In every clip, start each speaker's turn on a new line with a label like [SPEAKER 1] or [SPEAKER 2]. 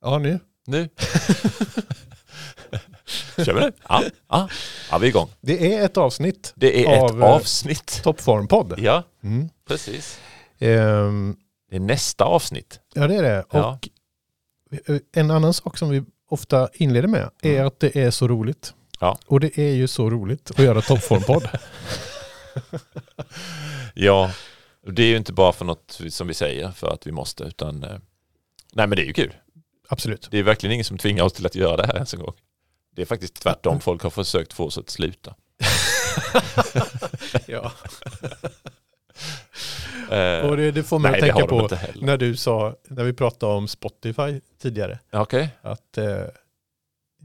[SPEAKER 1] Ja, nu.
[SPEAKER 2] Nu. Kör vi nu? Ja, ja. ja, vi är igång.
[SPEAKER 1] Det är ett avsnitt.
[SPEAKER 2] Det är
[SPEAKER 1] Av,
[SPEAKER 2] ett
[SPEAKER 1] eh,
[SPEAKER 2] avsnitt.
[SPEAKER 1] Toppformpodd.
[SPEAKER 2] Ja,
[SPEAKER 1] Mm.
[SPEAKER 2] precis.
[SPEAKER 1] Ehm,
[SPEAKER 2] Det är nästa avsnitt.
[SPEAKER 1] ja, det är det.
[SPEAKER 2] Ja.
[SPEAKER 1] Och eh, en annan sak som vi ofta inleder med är
[SPEAKER 2] Mm.
[SPEAKER 1] att det är så roligt.
[SPEAKER 2] Ja.
[SPEAKER 1] Och det är ju så roligt att göra toppformpodd.
[SPEAKER 2] Ja, och det är ju inte bara för något som vi säger för att vi måste, utan eh, nej men det är ju kul.
[SPEAKER 1] Absolut.
[SPEAKER 2] Det är verkligen ingen som tvingar oss till att göra det här ens en gång. Det är faktiskt tvärtom. Folk har försökt få oss att sluta.
[SPEAKER 1] ja.
[SPEAKER 2] Eh,
[SPEAKER 1] Och det, det får mig
[SPEAKER 2] nej,
[SPEAKER 1] att
[SPEAKER 2] det
[SPEAKER 1] tänka
[SPEAKER 2] har de
[SPEAKER 1] på
[SPEAKER 2] inte heller.
[SPEAKER 1] när du sa, när vi pratade om Spotify tidigare,
[SPEAKER 2] Okej,
[SPEAKER 1] att eh,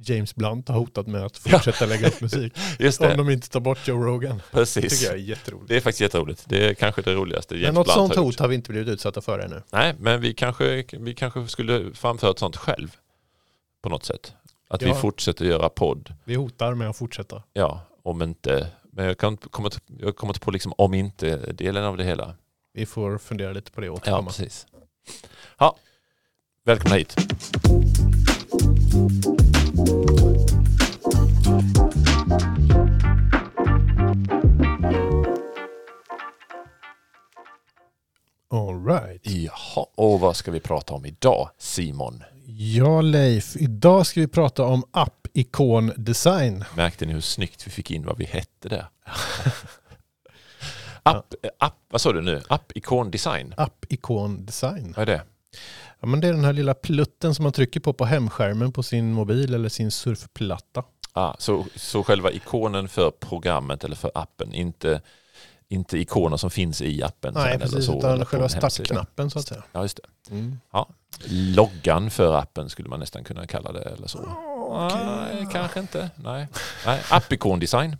[SPEAKER 1] James Blunt har hotat med att fortsätta lägga upp musik
[SPEAKER 2] just
[SPEAKER 1] om
[SPEAKER 2] det.
[SPEAKER 1] de inte tar bort Joe Rogan. Det
[SPEAKER 2] Precis.
[SPEAKER 1] tycker jag är jätteroligt.
[SPEAKER 2] Det är faktiskt jätteroligt. Det är kanske det roligaste James
[SPEAKER 1] men något
[SPEAKER 2] Blunt
[SPEAKER 1] sånt
[SPEAKER 2] har
[SPEAKER 1] hot
[SPEAKER 2] gjort.
[SPEAKER 1] har vi inte blivit utsatta för ännu.
[SPEAKER 2] Nej, men vi kanske, vi kanske skulle framföra ett sånt själv. På något sätt. Att vi
[SPEAKER 1] Ja.
[SPEAKER 2] fortsätter göra podd.
[SPEAKER 1] Vi hotar med att fortsätta.
[SPEAKER 2] Ja, om inte... Men jag kan inte komma till- jag har kommit på liksom om inte-delen av det hela.
[SPEAKER 1] Vi får fundera lite på det och
[SPEAKER 2] Ja,
[SPEAKER 1] återkomma.
[SPEAKER 2] precis. Ja, välkomna hit.
[SPEAKER 1] All right.
[SPEAKER 2] Jaha, och vad ska vi prata om idag, Simon?
[SPEAKER 1] Ja, Leif. Idag ska vi prata om app-ikon design.
[SPEAKER 2] Märkte ni hur snyggt vi fick in vad vi hette där? app, app, vad sa du nu? App-ikon design?
[SPEAKER 1] App-ikon design.
[SPEAKER 2] Vad är det?
[SPEAKER 1] Ja, men det är den här lilla plutten som man trycker på på hemskärmen på sin mobil eller sin surfplatta.
[SPEAKER 2] Ah, så, så själva ikonen för programmet eller för appen, inte, inte ikoner som finns i appen? sen
[SPEAKER 1] Nej,
[SPEAKER 2] eller
[SPEAKER 1] precis.
[SPEAKER 2] så, eller
[SPEAKER 1] Utan
[SPEAKER 2] på
[SPEAKER 1] själva
[SPEAKER 2] en hemsida.
[SPEAKER 1] startknappen så att säga.
[SPEAKER 2] Ja, just det.
[SPEAKER 1] Mm.
[SPEAKER 2] Loggan för appen skulle man nästan kunna kalla det eller så. Nej,
[SPEAKER 1] Ah, Okej.
[SPEAKER 2] kanske inte. Nej. Nej. App-ikon design.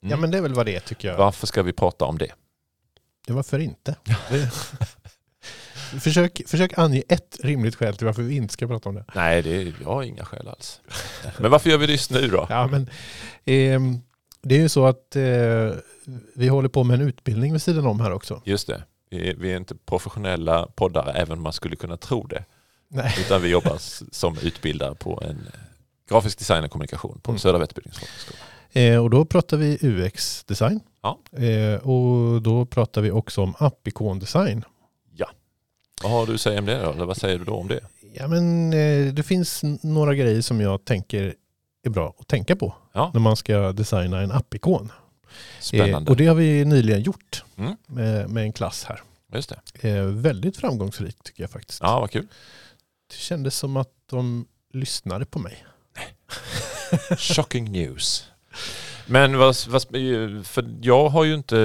[SPEAKER 1] Ja, men det är väl vad det är tycker jag.
[SPEAKER 2] Varför ska vi prata om det?
[SPEAKER 1] Ja, varför inte? Det- försök, försök ange ett rimligt skäl till varför vi inte ska prata om det.
[SPEAKER 2] Nej, det är, jag har inga skäl alls. Men varför gör vi det just nu då?
[SPEAKER 1] Ja, men, ehm, det är ju så att eh, vi håller på med en utbildning vid sidan om här också.
[SPEAKER 2] Just det, vi är, vi är inte professionella poddare, även om man skulle kunna tro det.
[SPEAKER 1] Nej.
[SPEAKER 2] Utan vi jobbar s- som utbildare på en eh, grafisk design och kommunikation på
[SPEAKER 1] Mm.
[SPEAKER 2] Södra Vätterbydingsfolkhögskola.
[SPEAKER 1] Eh, och då pratar vi UX-design.
[SPEAKER 2] Ja.
[SPEAKER 1] Eh, och då pratar vi också om app-ikondesign.
[SPEAKER 2] Vad har du att säga om det då? Eller vad säger du då om det?
[SPEAKER 1] Ja, men, eh, det finns n- några grejer som jag tänker är bra att tänka på
[SPEAKER 2] Ja.
[SPEAKER 1] när man ska designa en app-ikon. Eh,
[SPEAKER 2] Spännande.
[SPEAKER 1] och det har vi nyligen gjort
[SPEAKER 2] Mm.
[SPEAKER 1] med, med en klass här.
[SPEAKER 2] Just det.
[SPEAKER 1] Eh, väldigt framgångsrikt tycker jag faktiskt.
[SPEAKER 2] Ja, vad kul.
[SPEAKER 1] Det kändes som att de lyssnade på mig.
[SPEAKER 2] Shocking news. Men vad, vad, för jag har ju inte,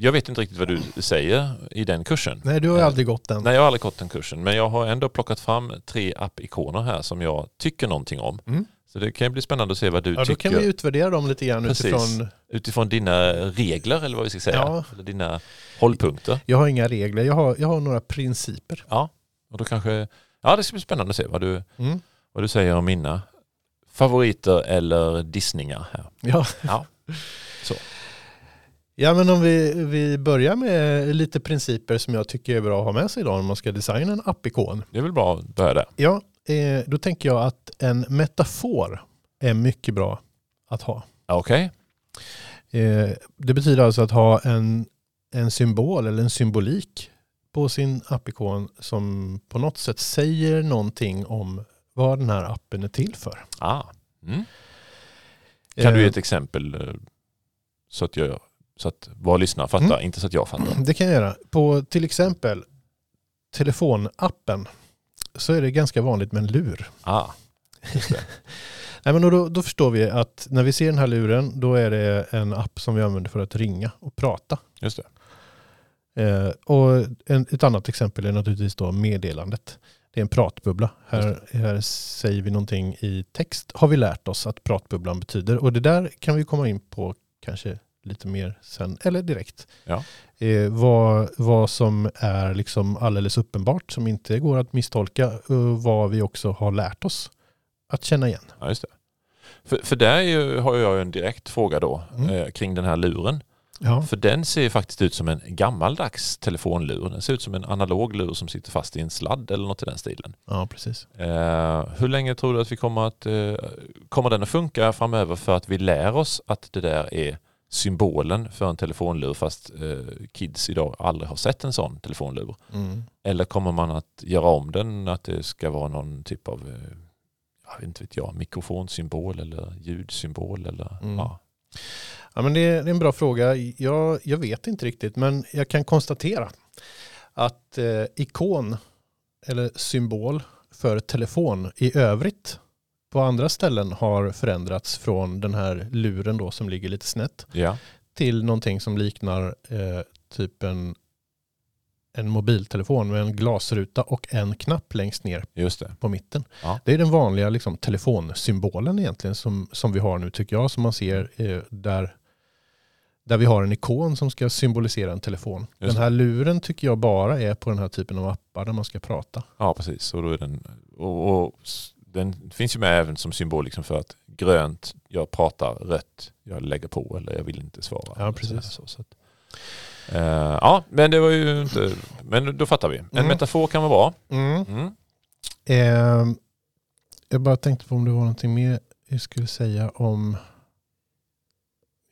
[SPEAKER 2] jag vet inte riktigt vad du säger i den kursen.
[SPEAKER 1] Nej, du har ju
[SPEAKER 2] Eh,
[SPEAKER 1] aldrig gått den.
[SPEAKER 2] Nej, jag har aldrig gått den kursen, men jag har ändå plockat fram tre app-ikoner här som jag tycker någonting om.
[SPEAKER 1] Mm.
[SPEAKER 2] Så det kan ju bli spännande att se vad du
[SPEAKER 1] Ja, då
[SPEAKER 2] tycker
[SPEAKER 1] kan vi utvärdera dem lite grann
[SPEAKER 2] Precis.
[SPEAKER 1] utifrån.
[SPEAKER 2] utifrån dina regler eller vad vi ska säga.
[SPEAKER 1] Ja.
[SPEAKER 2] Eller dina hållpunkter.
[SPEAKER 1] Jag har inga regler, jag har, jag har några principer.
[SPEAKER 2] Och då kanske, ja det ska bli spännande att se vad du, vad du säger om mina favoriter eller dissningar här.
[SPEAKER 1] Ja.
[SPEAKER 2] Ja. Så.
[SPEAKER 1] ja, men om vi, vi börjar med lite principer som jag tycker är bra att ha med sig idag om man ska designa en appikon.
[SPEAKER 2] Det är väl bra att börja där.
[SPEAKER 1] Ja, eh, då tänker jag att en metafor är mycket bra att ha.
[SPEAKER 2] Ja, Okej,
[SPEAKER 1] Eh, det betyder alltså att ha en, en symbol eller en symbolik på sin appikon som på något sätt säger någonting om vad den här appen är till för.
[SPEAKER 2] ah. mm. kan du
[SPEAKER 1] Eh,
[SPEAKER 2] ge ett exempel eh, så att, jag, så att våra lyssnare fattar,
[SPEAKER 1] Mm.
[SPEAKER 2] inte så att jag fattar.
[SPEAKER 1] Det kan jag göra. På till exempel telefonappen så är det ganska vanligt med en lur.
[SPEAKER 2] Ah.
[SPEAKER 1] Nej, men då, då förstår vi att när vi ser den här luren då är det en app som vi använder för att ringa och prata.
[SPEAKER 2] Just det.
[SPEAKER 1] Eh, och en, ett annat exempel är naturligtvis då meddelandet. Det är en pratbubbla. Här, här säger vi någonting i text har vi lärt oss att pratbubblan betyder. Och det där kan vi komma in på kanske lite mer sen eller direkt.
[SPEAKER 2] Ja.
[SPEAKER 1] Eh, vad, vad som är liksom alldeles uppenbart som inte går att misstolka och vad vi också har lärt oss att känna igen.
[SPEAKER 2] Ja, just det. För, för där är ju, har jag ju en direkt fråga då
[SPEAKER 1] Mm.
[SPEAKER 2] eh, kring den här luren.
[SPEAKER 1] Ja.
[SPEAKER 2] För den ser ju faktiskt ut som en gammaldags telefonlur. Den ser ut som en analog lur som sitter fast i en sladd eller något i den stilen.
[SPEAKER 1] ja, precis.
[SPEAKER 2] Eh, hur länge tror du att vi kommer att, eh, kommer den att funka framöver för att vi lär oss att det där är symbolen för en telefonlur fast eh, kids idag aldrig har sett en sån telefonlur?
[SPEAKER 1] Mm.
[SPEAKER 2] Eller kommer man att göra om den att det ska vara någon typ av eh, jag vet inte vet jag, mikrofonsymbol eller ljudsymbol eller
[SPEAKER 1] Mm.
[SPEAKER 2] ja.
[SPEAKER 1] Ja, men det, är, det är en bra fråga. Jag, jag vet inte riktigt, men jag kan konstatera att eh, ikon eller symbol för telefon i övrigt på andra ställen har förändrats från den här luren då som ligger lite snett
[SPEAKER 2] Ja.
[SPEAKER 1] till någonting som liknar eh, typ en, en mobiltelefon med en glasruta och en knapp längst ner
[SPEAKER 2] just det.
[SPEAKER 1] på mitten.
[SPEAKER 2] Ja.
[SPEAKER 1] Det är den vanliga liksom, telefonsymbolen egentligen som, som vi har nu tycker jag, som man ser eh, där, där vi har en ikon som ska symbolisera en telefon.
[SPEAKER 2] Just
[SPEAKER 1] den här luren tycker jag bara är på den här typen av appar där man ska prata.
[SPEAKER 2] Ja, precis. Och då är den, och, och, s- den finns ju med även som symbol liksom för att grönt, jag pratar rött, jag lägger på eller jag vill inte svara.
[SPEAKER 1] Ja,
[SPEAKER 2] Eller
[SPEAKER 1] precis.
[SPEAKER 2] Så, så att, Eh, ja, men det var ju inte... Men då fattar vi. En
[SPEAKER 1] Mm.
[SPEAKER 2] metafor kan vara bra.
[SPEAKER 1] Mm.
[SPEAKER 2] Mm.
[SPEAKER 1] Eh, jag bara tänkte på om det var någonting mer jag skulle säga om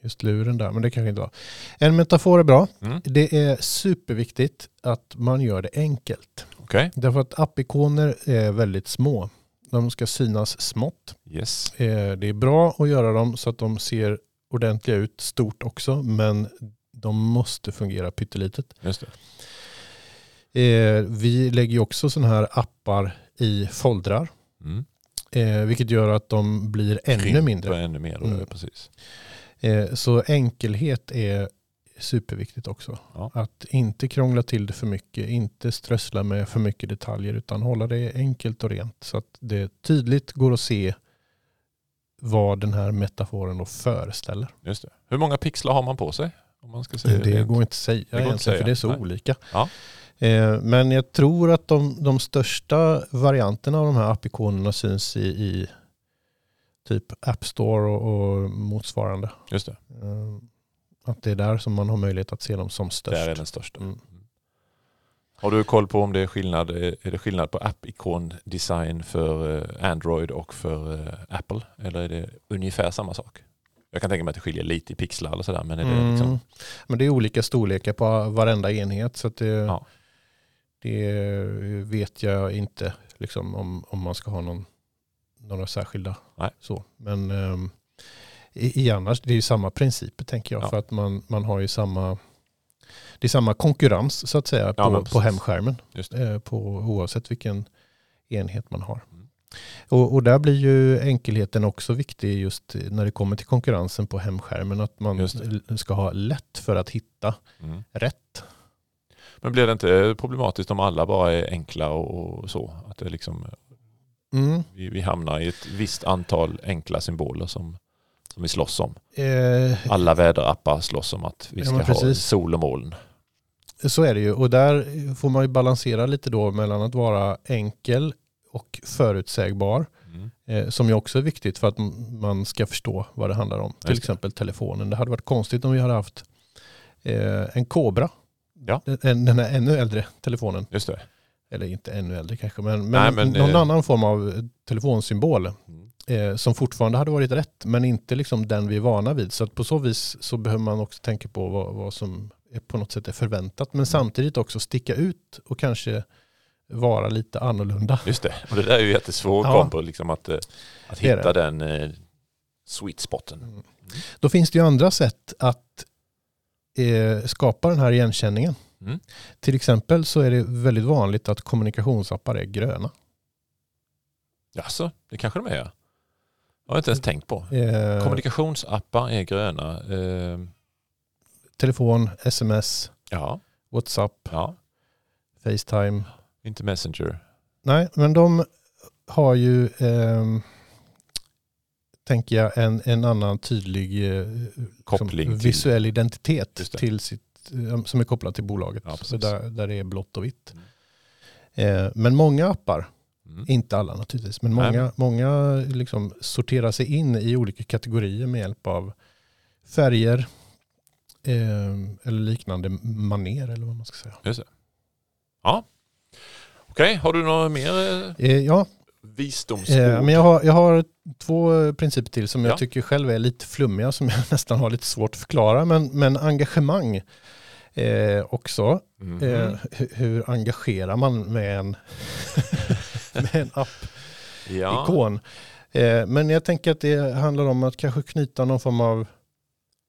[SPEAKER 1] just luren där, men det kanske inte var. En metafor är bra.
[SPEAKER 2] Mm.
[SPEAKER 1] Det är superviktigt att man gör det enkelt.
[SPEAKER 2] Okej,
[SPEAKER 1] Därför att appikoner är väldigt små. De ska synas smått.
[SPEAKER 2] yes.
[SPEAKER 1] Eh, Det är bra att göra dem så att de ser ordentliga ut stort också, men de måste fungera pyttelitet.
[SPEAKER 2] Just det.
[SPEAKER 1] Eh, Vi lägger ju också sådana här appar i foldrar,
[SPEAKER 2] Mm.
[SPEAKER 1] eh, vilket gör att de blir ännu
[SPEAKER 2] Krymper
[SPEAKER 1] mindre.
[SPEAKER 2] Ännu mer, då,
[SPEAKER 1] Mm.
[SPEAKER 2] precis.
[SPEAKER 1] Eh, Så enkelhet är superviktigt också.
[SPEAKER 2] Ja.
[SPEAKER 1] Att inte krångla till det för mycket, inte strössla med för mycket detaljer utan hålla det enkelt och rent så att det tydligt går att se vad den här metaforen då föreställer.
[SPEAKER 2] Just det. Hur många pixlar har man på sig? Om man ska säga
[SPEAKER 1] Det,
[SPEAKER 2] det, rent?
[SPEAKER 1] går inte att säga
[SPEAKER 2] går inte
[SPEAKER 1] egentligen
[SPEAKER 2] att säga,
[SPEAKER 1] för det är så
[SPEAKER 2] nej.
[SPEAKER 1] olika.
[SPEAKER 2] Ja.
[SPEAKER 1] Eh, Men jag tror att de, de största varianterna av de här appikonerna syns i, i typ App Store och, och motsvarande.
[SPEAKER 2] Just det.
[SPEAKER 1] Eh, Att det är där som man har möjlighet att se dem som
[SPEAKER 2] Där är
[SPEAKER 1] störst.
[SPEAKER 2] den största.
[SPEAKER 1] Mm.
[SPEAKER 2] Har du koll på om det är skillnad, är det skillnad på app-ikon-design för eh, Android och för eh, Apple? Eller är det ungefär samma sak? Jag kan tänka mig att det skiljer lite i pixlar eller sådär. Men är det
[SPEAKER 1] Mm.
[SPEAKER 2] liksom,
[SPEAKER 1] Men det är olika storlekar på varenda enhet så att det,
[SPEAKER 2] Ja.
[SPEAKER 1] det vet jag inte liksom, om, om man ska ha någon, några särskilda.
[SPEAKER 2] Nej.
[SPEAKER 1] Så. Men ehm, i, i annars, det är ju samma principer tänker jag
[SPEAKER 2] Ja.
[SPEAKER 1] för att man, man har ju samma det är samma konkurrens så att säga
[SPEAKER 2] Ja, men
[SPEAKER 1] på, på
[SPEAKER 2] precis.
[SPEAKER 1] hemskärmen.
[SPEAKER 2] Just
[SPEAKER 1] Eh, på, oavsett vilken enhet man har.
[SPEAKER 2] Mm.
[SPEAKER 1] Och, och där blir ju enkelheten också viktig just när det kommer till konkurrensen på hemskärmen. Att man
[SPEAKER 2] Just
[SPEAKER 1] l- ska ha lätt för att hitta
[SPEAKER 2] mm.
[SPEAKER 1] rätt.
[SPEAKER 2] Men blir det inte problematiskt om alla bara är enkla och och så? Att det liksom,
[SPEAKER 1] Mm.
[SPEAKER 2] vi, vi hamnar i ett visst antal enkla symboler som, som vi slåss om.
[SPEAKER 1] Eh,
[SPEAKER 2] Alla väderappar slåss om att vi
[SPEAKER 1] Ja,
[SPEAKER 2] ska
[SPEAKER 1] men
[SPEAKER 2] ha
[SPEAKER 1] precis.
[SPEAKER 2] sol och moln.
[SPEAKER 1] Så är det ju. Och där får man ju balansera lite då mellan att vara enkel och förutsägbar.
[SPEAKER 2] Mm.
[SPEAKER 1] Eh, som ju också är viktigt för att m- man ska förstå vad det handlar om. Till
[SPEAKER 2] Just det.
[SPEAKER 1] exempel telefonen. Det hade varit konstigt om vi hade haft eh, en Kobra.
[SPEAKER 2] Ja.
[SPEAKER 1] Den, den här ännu äldre telefonen.
[SPEAKER 2] Just det.
[SPEAKER 1] Eller inte ännu äldre kanske, men, men,
[SPEAKER 2] Nej, men,
[SPEAKER 1] någon
[SPEAKER 2] eh,
[SPEAKER 1] annan form av telefonsymbol.
[SPEAKER 2] Mm.
[SPEAKER 1] eh, som fortfarande hade varit rätt, men inte liksom den vi är vana vid. Så att på så vis så behöver man också tänka på vad, vad som är på något sätt är förväntat, men samtidigt också sticka ut och kanske vara lite annorlunda.
[SPEAKER 2] Just det, och det där är ju jättesvår
[SPEAKER 1] Ja.
[SPEAKER 2] kombo, liksom att, eh, att
[SPEAKER 1] Det är
[SPEAKER 2] hitta den eh, sweet spoten.
[SPEAKER 1] Då finns det ju andra sätt att eh, skapa den här igenkänningen.
[SPEAKER 2] Mm.
[SPEAKER 1] Till exempel så är det väldigt vanligt att kommunikationsappar är gröna.
[SPEAKER 2] Jaså, det kanske de är. ja. Jag har inte ens tänkt på.
[SPEAKER 1] Eh,
[SPEAKER 2] Kommunikationsappar är gröna. Eh,
[SPEAKER 1] telefon, sms,
[SPEAKER 2] ja,
[SPEAKER 1] WhatsApp,
[SPEAKER 2] ja,
[SPEAKER 1] Facetime.
[SPEAKER 2] inte Messenger.
[SPEAKER 1] Nej, men de har ju, ehm, tänker jag, en, en annan tydlig eh,
[SPEAKER 2] Koppling
[SPEAKER 1] liksom,
[SPEAKER 2] till-
[SPEAKER 1] visuell identitet
[SPEAKER 2] Just det.
[SPEAKER 1] till sitt, eh, som är kopplad till bolaget.
[SPEAKER 2] Ja, precis.
[SPEAKER 1] så där, där det är blått och vitt. Eh, men många appar,
[SPEAKER 2] Mm.
[SPEAKER 1] inte alla naturligtvis, men
[SPEAKER 2] Nej.
[SPEAKER 1] många, många liksom sorterar sig in i olika kategorier med hjälp av färger, eh, eller liknande maner eller vad man ska säga.
[SPEAKER 2] Okej, har du några mer eh,
[SPEAKER 1] Eh, ja,
[SPEAKER 2] visdomsord?
[SPEAKER 1] eh, men jag har, jag har två principer till som
[SPEAKER 2] Ja.
[SPEAKER 1] jag tycker själv är lite flummiga som jag nästan har lite svårt att förklara. Men, men engagemang eh, också.
[SPEAKER 2] Mhm.
[SPEAKER 1] Eh, hur, hur engagerar man med en, med en
[SPEAKER 2] ja.
[SPEAKER 1] app-ikon? Eh, men jag tänker att det handlar om att kanske knyta någon form av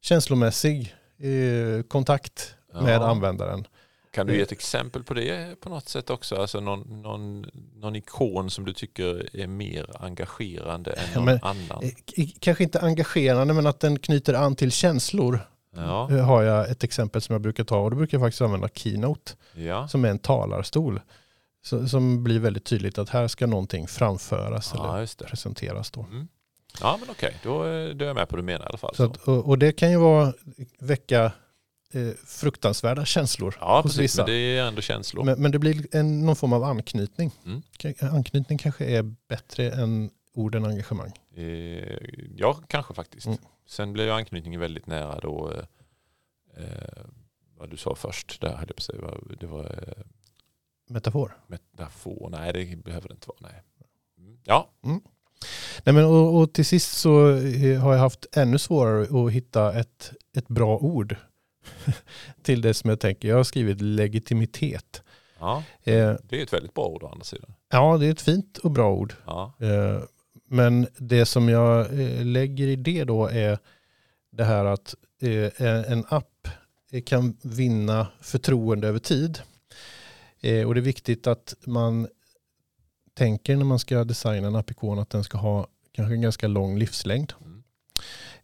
[SPEAKER 1] känslomässig eh, kontakt med
[SPEAKER 2] Ja.
[SPEAKER 1] användaren.
[SPEAKER 2] Kan du ge ett exempel på det på något sätt också? Alltså någon, någon, någon ikon som du tycker är mer engagerande än
[SPEAKER 1] Ja,
[SPEAKER 2] någon
[SPEAKER 1] men-
[SPEAKER 2] annan?
[SPEAKER 1] Eh, k- kanske inte engagerande men att den knyter an till känslor.
[SPEAKER 2] Ja,
[SPEAKER 1] Eh, har jag ett exempel som jag brukar ta och då brukar jag faktiskt använda Keynote
[SPEAKER 2] ja.
[SPEAKER 1] som är en talarstol. Så, som blir väldigt tydligt att här ska någonting framföras eller
[SPEAKER 2] ja just det.
[SPEAKER 1] presenteras då.
[SPEAKER 2] Mm. Ja men okej, då, eh, då är jag med på vad du menar i alla fall.
[SPEAKER 1] Så att, och, och det kan ju vara, väcka eh, fruktansvärda känslor.
[SPEAKER 2] ja
[SPEAKER 1] hos
[SPEAKER 2] precis,
[SPEAKER 1] vissa.
[SPEAKER 2] men det är ändå känslor.
[SPEAKER 1] Men, men det blir en, någon form av anknytning.
[SPEAKER 2] Mm.
[SPEAKER 1] Ka- Anknytning kanske är bättre än orden engagemang.
[SPEAKER 2] Eh, ja, kanske faktiskt.
[SPEAKER 1] Mm.
[SPEAKER 2] Sen blev ju anknytningen väldigt nära då eh, eh, vad du sa först. Där höll jag på att säga, vad- det var eh,
[SPEAKER 1] Metafor.
[SPEAKER 2] metafor. Nej, det behöver det inte vara. Nej. Mm. Ja,
[SPEAKER 1] Nej, men, och, och till sist så eh, har jag haft ännu svårare att hitta ett, ett bra ord till det som jag tänker. Jag har skrivit legitimitet.
[SPEAKER 2] ja,
[SPEAKER 1] Eh,
[SPEAKER 2] det är ett väldigt bra ord å andra sidan.
[SPEAKER 1] ja, det är ett fint och bra ord.
[SPEAKER 2] Ja,
[SPEAKER 1] Eh, Men det som jag eh, lägger i det då är det här att eh, en app eh, kan vinna förtroende över tid. Eh, Och det är viktigt att man tänker när man ska designa en appikon att den ska ha kanske en ganska lång livslängd.
[SPEAKER 2] Mm.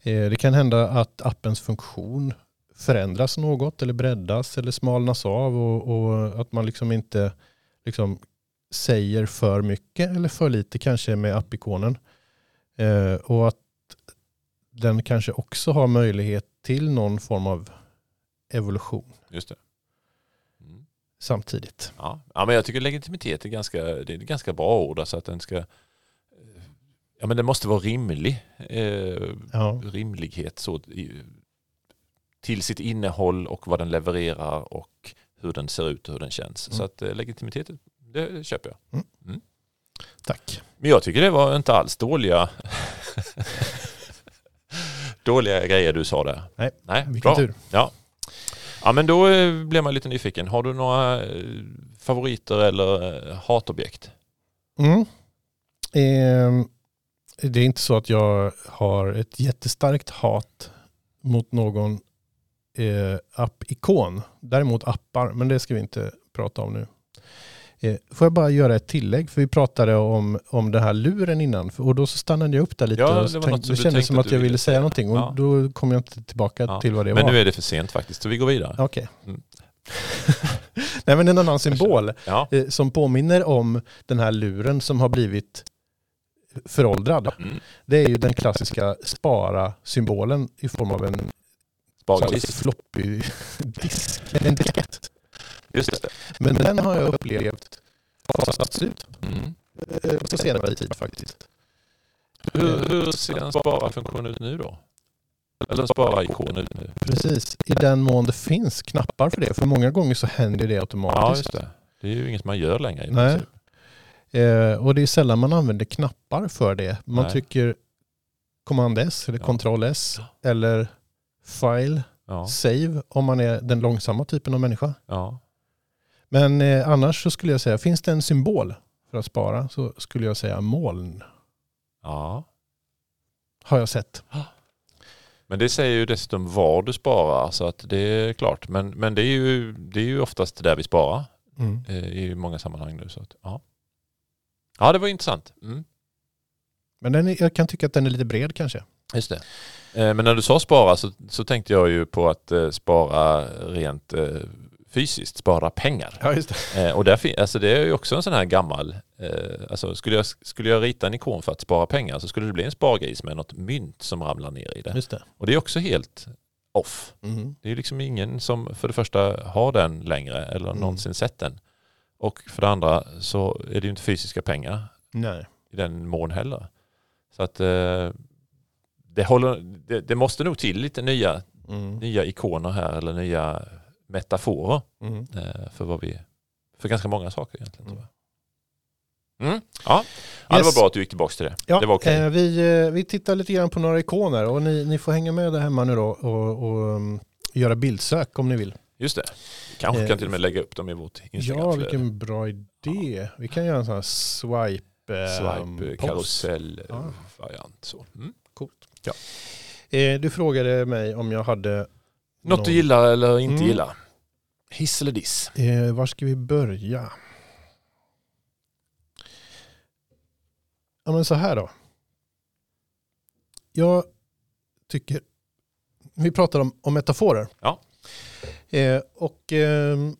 [SPEAKER 1] Eh, Det kan hända att appens funktion förändras något eller breddas eller smalnas av och, och att man liksom inte liksom säger för mycket eller för lite kanske med appikonen. Eh, och att den kanske också har möjlighet till någon form av evolution
[SPEAKER 2] just det. Mm.
[SPEAKER 1] samtidigt.
[SPEAKER 2] Ja. ja, men jag tycker legitimitet är ganska, det är ett ganska bra ord. Alltså att den ska, eh, ja men den måste vara rimlig. Eh,
[SPEAKER 1] Ja,
[SPEAKER 2] rimlighet så, i, till sitt innehåll och vad den levererar och hur den ser ut och hur den känns.
[SPEAKER 1] Mm.
[SPEAKER 2] Så att eh, legitimiteten, det köper jag.
[SPEAKER 1] tack.
[SPEAKER 2] Men jag tycker det var inte alls dåliga dåliga grejer du sa där.
[SPEAKER 1] Nej,
[SPEAKER 2] Nej
[SPEAKER 1] Vilken
[SPEAKER 2] bra.
[SPEAKER 1] tur.
[SPEAKER 2] Ja men då eh, blir man lite nyfiken. Har du några eh, favoriter eller eh, hatobjekt?
[SPEAKER 1] Mm. Eh, det är inte så att jag har ett jättestarkt hat mot någon eh, app-ikon. Däremot appar, men det ska vi inte prata om nu. Eh, får jag bara göra ett tillägg? För vi pratade om, om den här luren innan. För, och då så stannade jag upp där lite.
[SPEAKER 2] Ja,
[SPEAKER 1] och
[SPEAKER 2] det
[SPEAKER 1] så
[SPEAKER 2] var
[SPEAKER 1] tänk-
[SPEAKER 2] något som
[SPEAKER 1] det
[SPEAKER 2] du
[SPEAKER 1] kändes
[SPEAKER 2] tänkte
[SPEAKER 1] som
[SPEAKER 2] att
[SPEAKER 1] att
[SPEAKER 2] du
[SPEAKER 1] jag
[SPEAKER 2] ville
[SPEAKER 1] ville säga
[SPEAKER 2] säga.
[SPEAKER 1] någonting. Och
[SPEAKER 2] Ja.
[SPEAKER 1] då kom jag inte tillbaka
[SPEAKER 2] Ja.
[SPEAKER 1] till vad det
[SPEAKER 2] Men
[SPEAKER 1] var.
[SPEAKER 2] nu är det för sent faktiskt så vi går vidare. Ja.
[SPEAKER 1] Okej.
[SPEAKER 2] Mm.
[SPEAKER 1] Nej men en annan symbol
[SPEAKER 2] Ja.
[SPEAKER 1] eh, som påminner om den här luren som har blivit föråldrad.
[SPEAKER 2] Mm.
[SPEAKER 1] Det är ju den klassiska spara-symbolen i form av en
[SPEAKER 2] Spargris.
[SPEAKER 1] floppy disk, en diskett.
[SPEAKER 2] Just det.
[SPEAKER 1] Men den har jag upplevt fasats ut
[SPEAKER 2] Mm.
[SPEAKER 1] eh, på senare tid faktiskt.
[SPEAKER 2] Hur, hur ser den spara-funktion ut nu då? Eller spara-ikon ut nu?
[SPEAKER 1] Precis, i den mån det finns knappar för det. För många gånger så händer det automatiskt.
[SPEAKER 2] Ja, just det. Det är ju inget man gör längre. i
[SPEAKER 1] Nej.
[SPEAKER 2] princip.
[SPEAKER 1] Eh, och det är sällan man använder knappar för det. Man
[SPEAKER 2] Nej.
[SPEAKER 1] trycker command S eller
[SPEAKER 2] Ja.
[SPEAKER 1] control S eller file,
[SPEAKER 2] Ja,
[SPEAKER 1] save om man är den långsamma typen av människa.
[SPEAKER 2] ja.
[SPEAKER 1] Men eh, annars så skulle jag säga, finns det en symbol för att spara så skulle jag säga moln.
[SPEAKER 2] ja.
[SPEAKER 1] Har jag sett.
[SPEAKER 2] Men det säger ju dessutom var du sparar så att det är klart. Men, men det, är ju, det är ju oftast där vi sparar
[SPEAKER 1] Mm.
[SPEAKER 2] eh, i många sammanhang nu. Så att, ja. ja, det var intressant. Mm.
[SPEAKER 1] Men den är, jag kan tycka att den är lite bred kanske.
[SPEAKER 2] Just det. Eh, men när du sa spara så, så tänkte jag ju på att eh, spara rent eh, fysiskt, spara pengar.
[SPEAKER 1] Ja, just det.
[SPEAKER 2] Eh, och där fin- alltså det är ju också en sån här gammal, eh, alltså skulle jag, skulle jag rita en ikon för att spara pengar så skulle det bli en spargris med något mynt som ramlar ner i det.
[SPEAKER 1] Just det.
[SPEAKER 2] Och det är också helt off.
[SPEAKER 1] Mm.
[SPEAKER 2] Det är ju liksom ingen som för det första har den längre eller
[SPEAKER 1] Mm.
[SPEAKER 2] någonsin sett den. Och för det andra så är det ju inte fysiska pengar
[SPEAKER 1] Nej.
[SPEAKER 2] i den mån heller. Så att eh, det, håller, det, det måste nog till lite nya
[SPEAKER 1] Mm.
[SPEAKER 2] nya ikoner här eller nya metaforer
[SPEAKER 1] Mm.
[SPEAKER 2] eh, för vad vi, för ganska många saker egentligen. Tror jag. Mm. Ja. ja, det
[SPEAKER 1] Yes.
[SPEAKER 2] var bra att du gick tillbaka till det.
[SPEAKER 1] Ja,
[SPEAKER 2] det var okej.
[SPEAKER 1] eh, vi, eh, vi tittar lite grann på några ikoner och ni, ni får hänga med där hemma nu då och, och um, göra bildsök om ni vill.
[SPEAKER 2] Just det. Kanske
[SPEAKER 1] eh,
[SPEAKER 2] kan till och med lägga upp dem i vårt
[SPEAKER 1] Ja,
[SPEAKER 2] Instagram.
[SPEAKER 1] vilken bra idé. Vi kan göra en sån här swipe, eh,
[SPEAKER 2] Swipe,
[SPEAKER 1] post.
[SPEAKER 2] karusell, eh,
[SPEAKER 1] Ja.
[SPEAKER 2] variant. Så. Mm.
[SPEAKER 1] Coolt.
[SPEAKER 2] Ja.
[SPEAKER 1] Eh, du frågade mig om jag hade
[SPEAKER 2] Något
[SPEAKER 1] någon-
[SPEAKER 2] du gillar eller inte
[SPEAKER 1] Mm.
[SPEAKER 2] gillar? Hiss eller diss?
[SPEAKER 1] Eh, var ska vi börja? Ja men så här då. Jag tycker, vi pratar om, om metaforer.
[SPEAKER 2] Ja.
[SPEAKER 1] Eh, och ehm,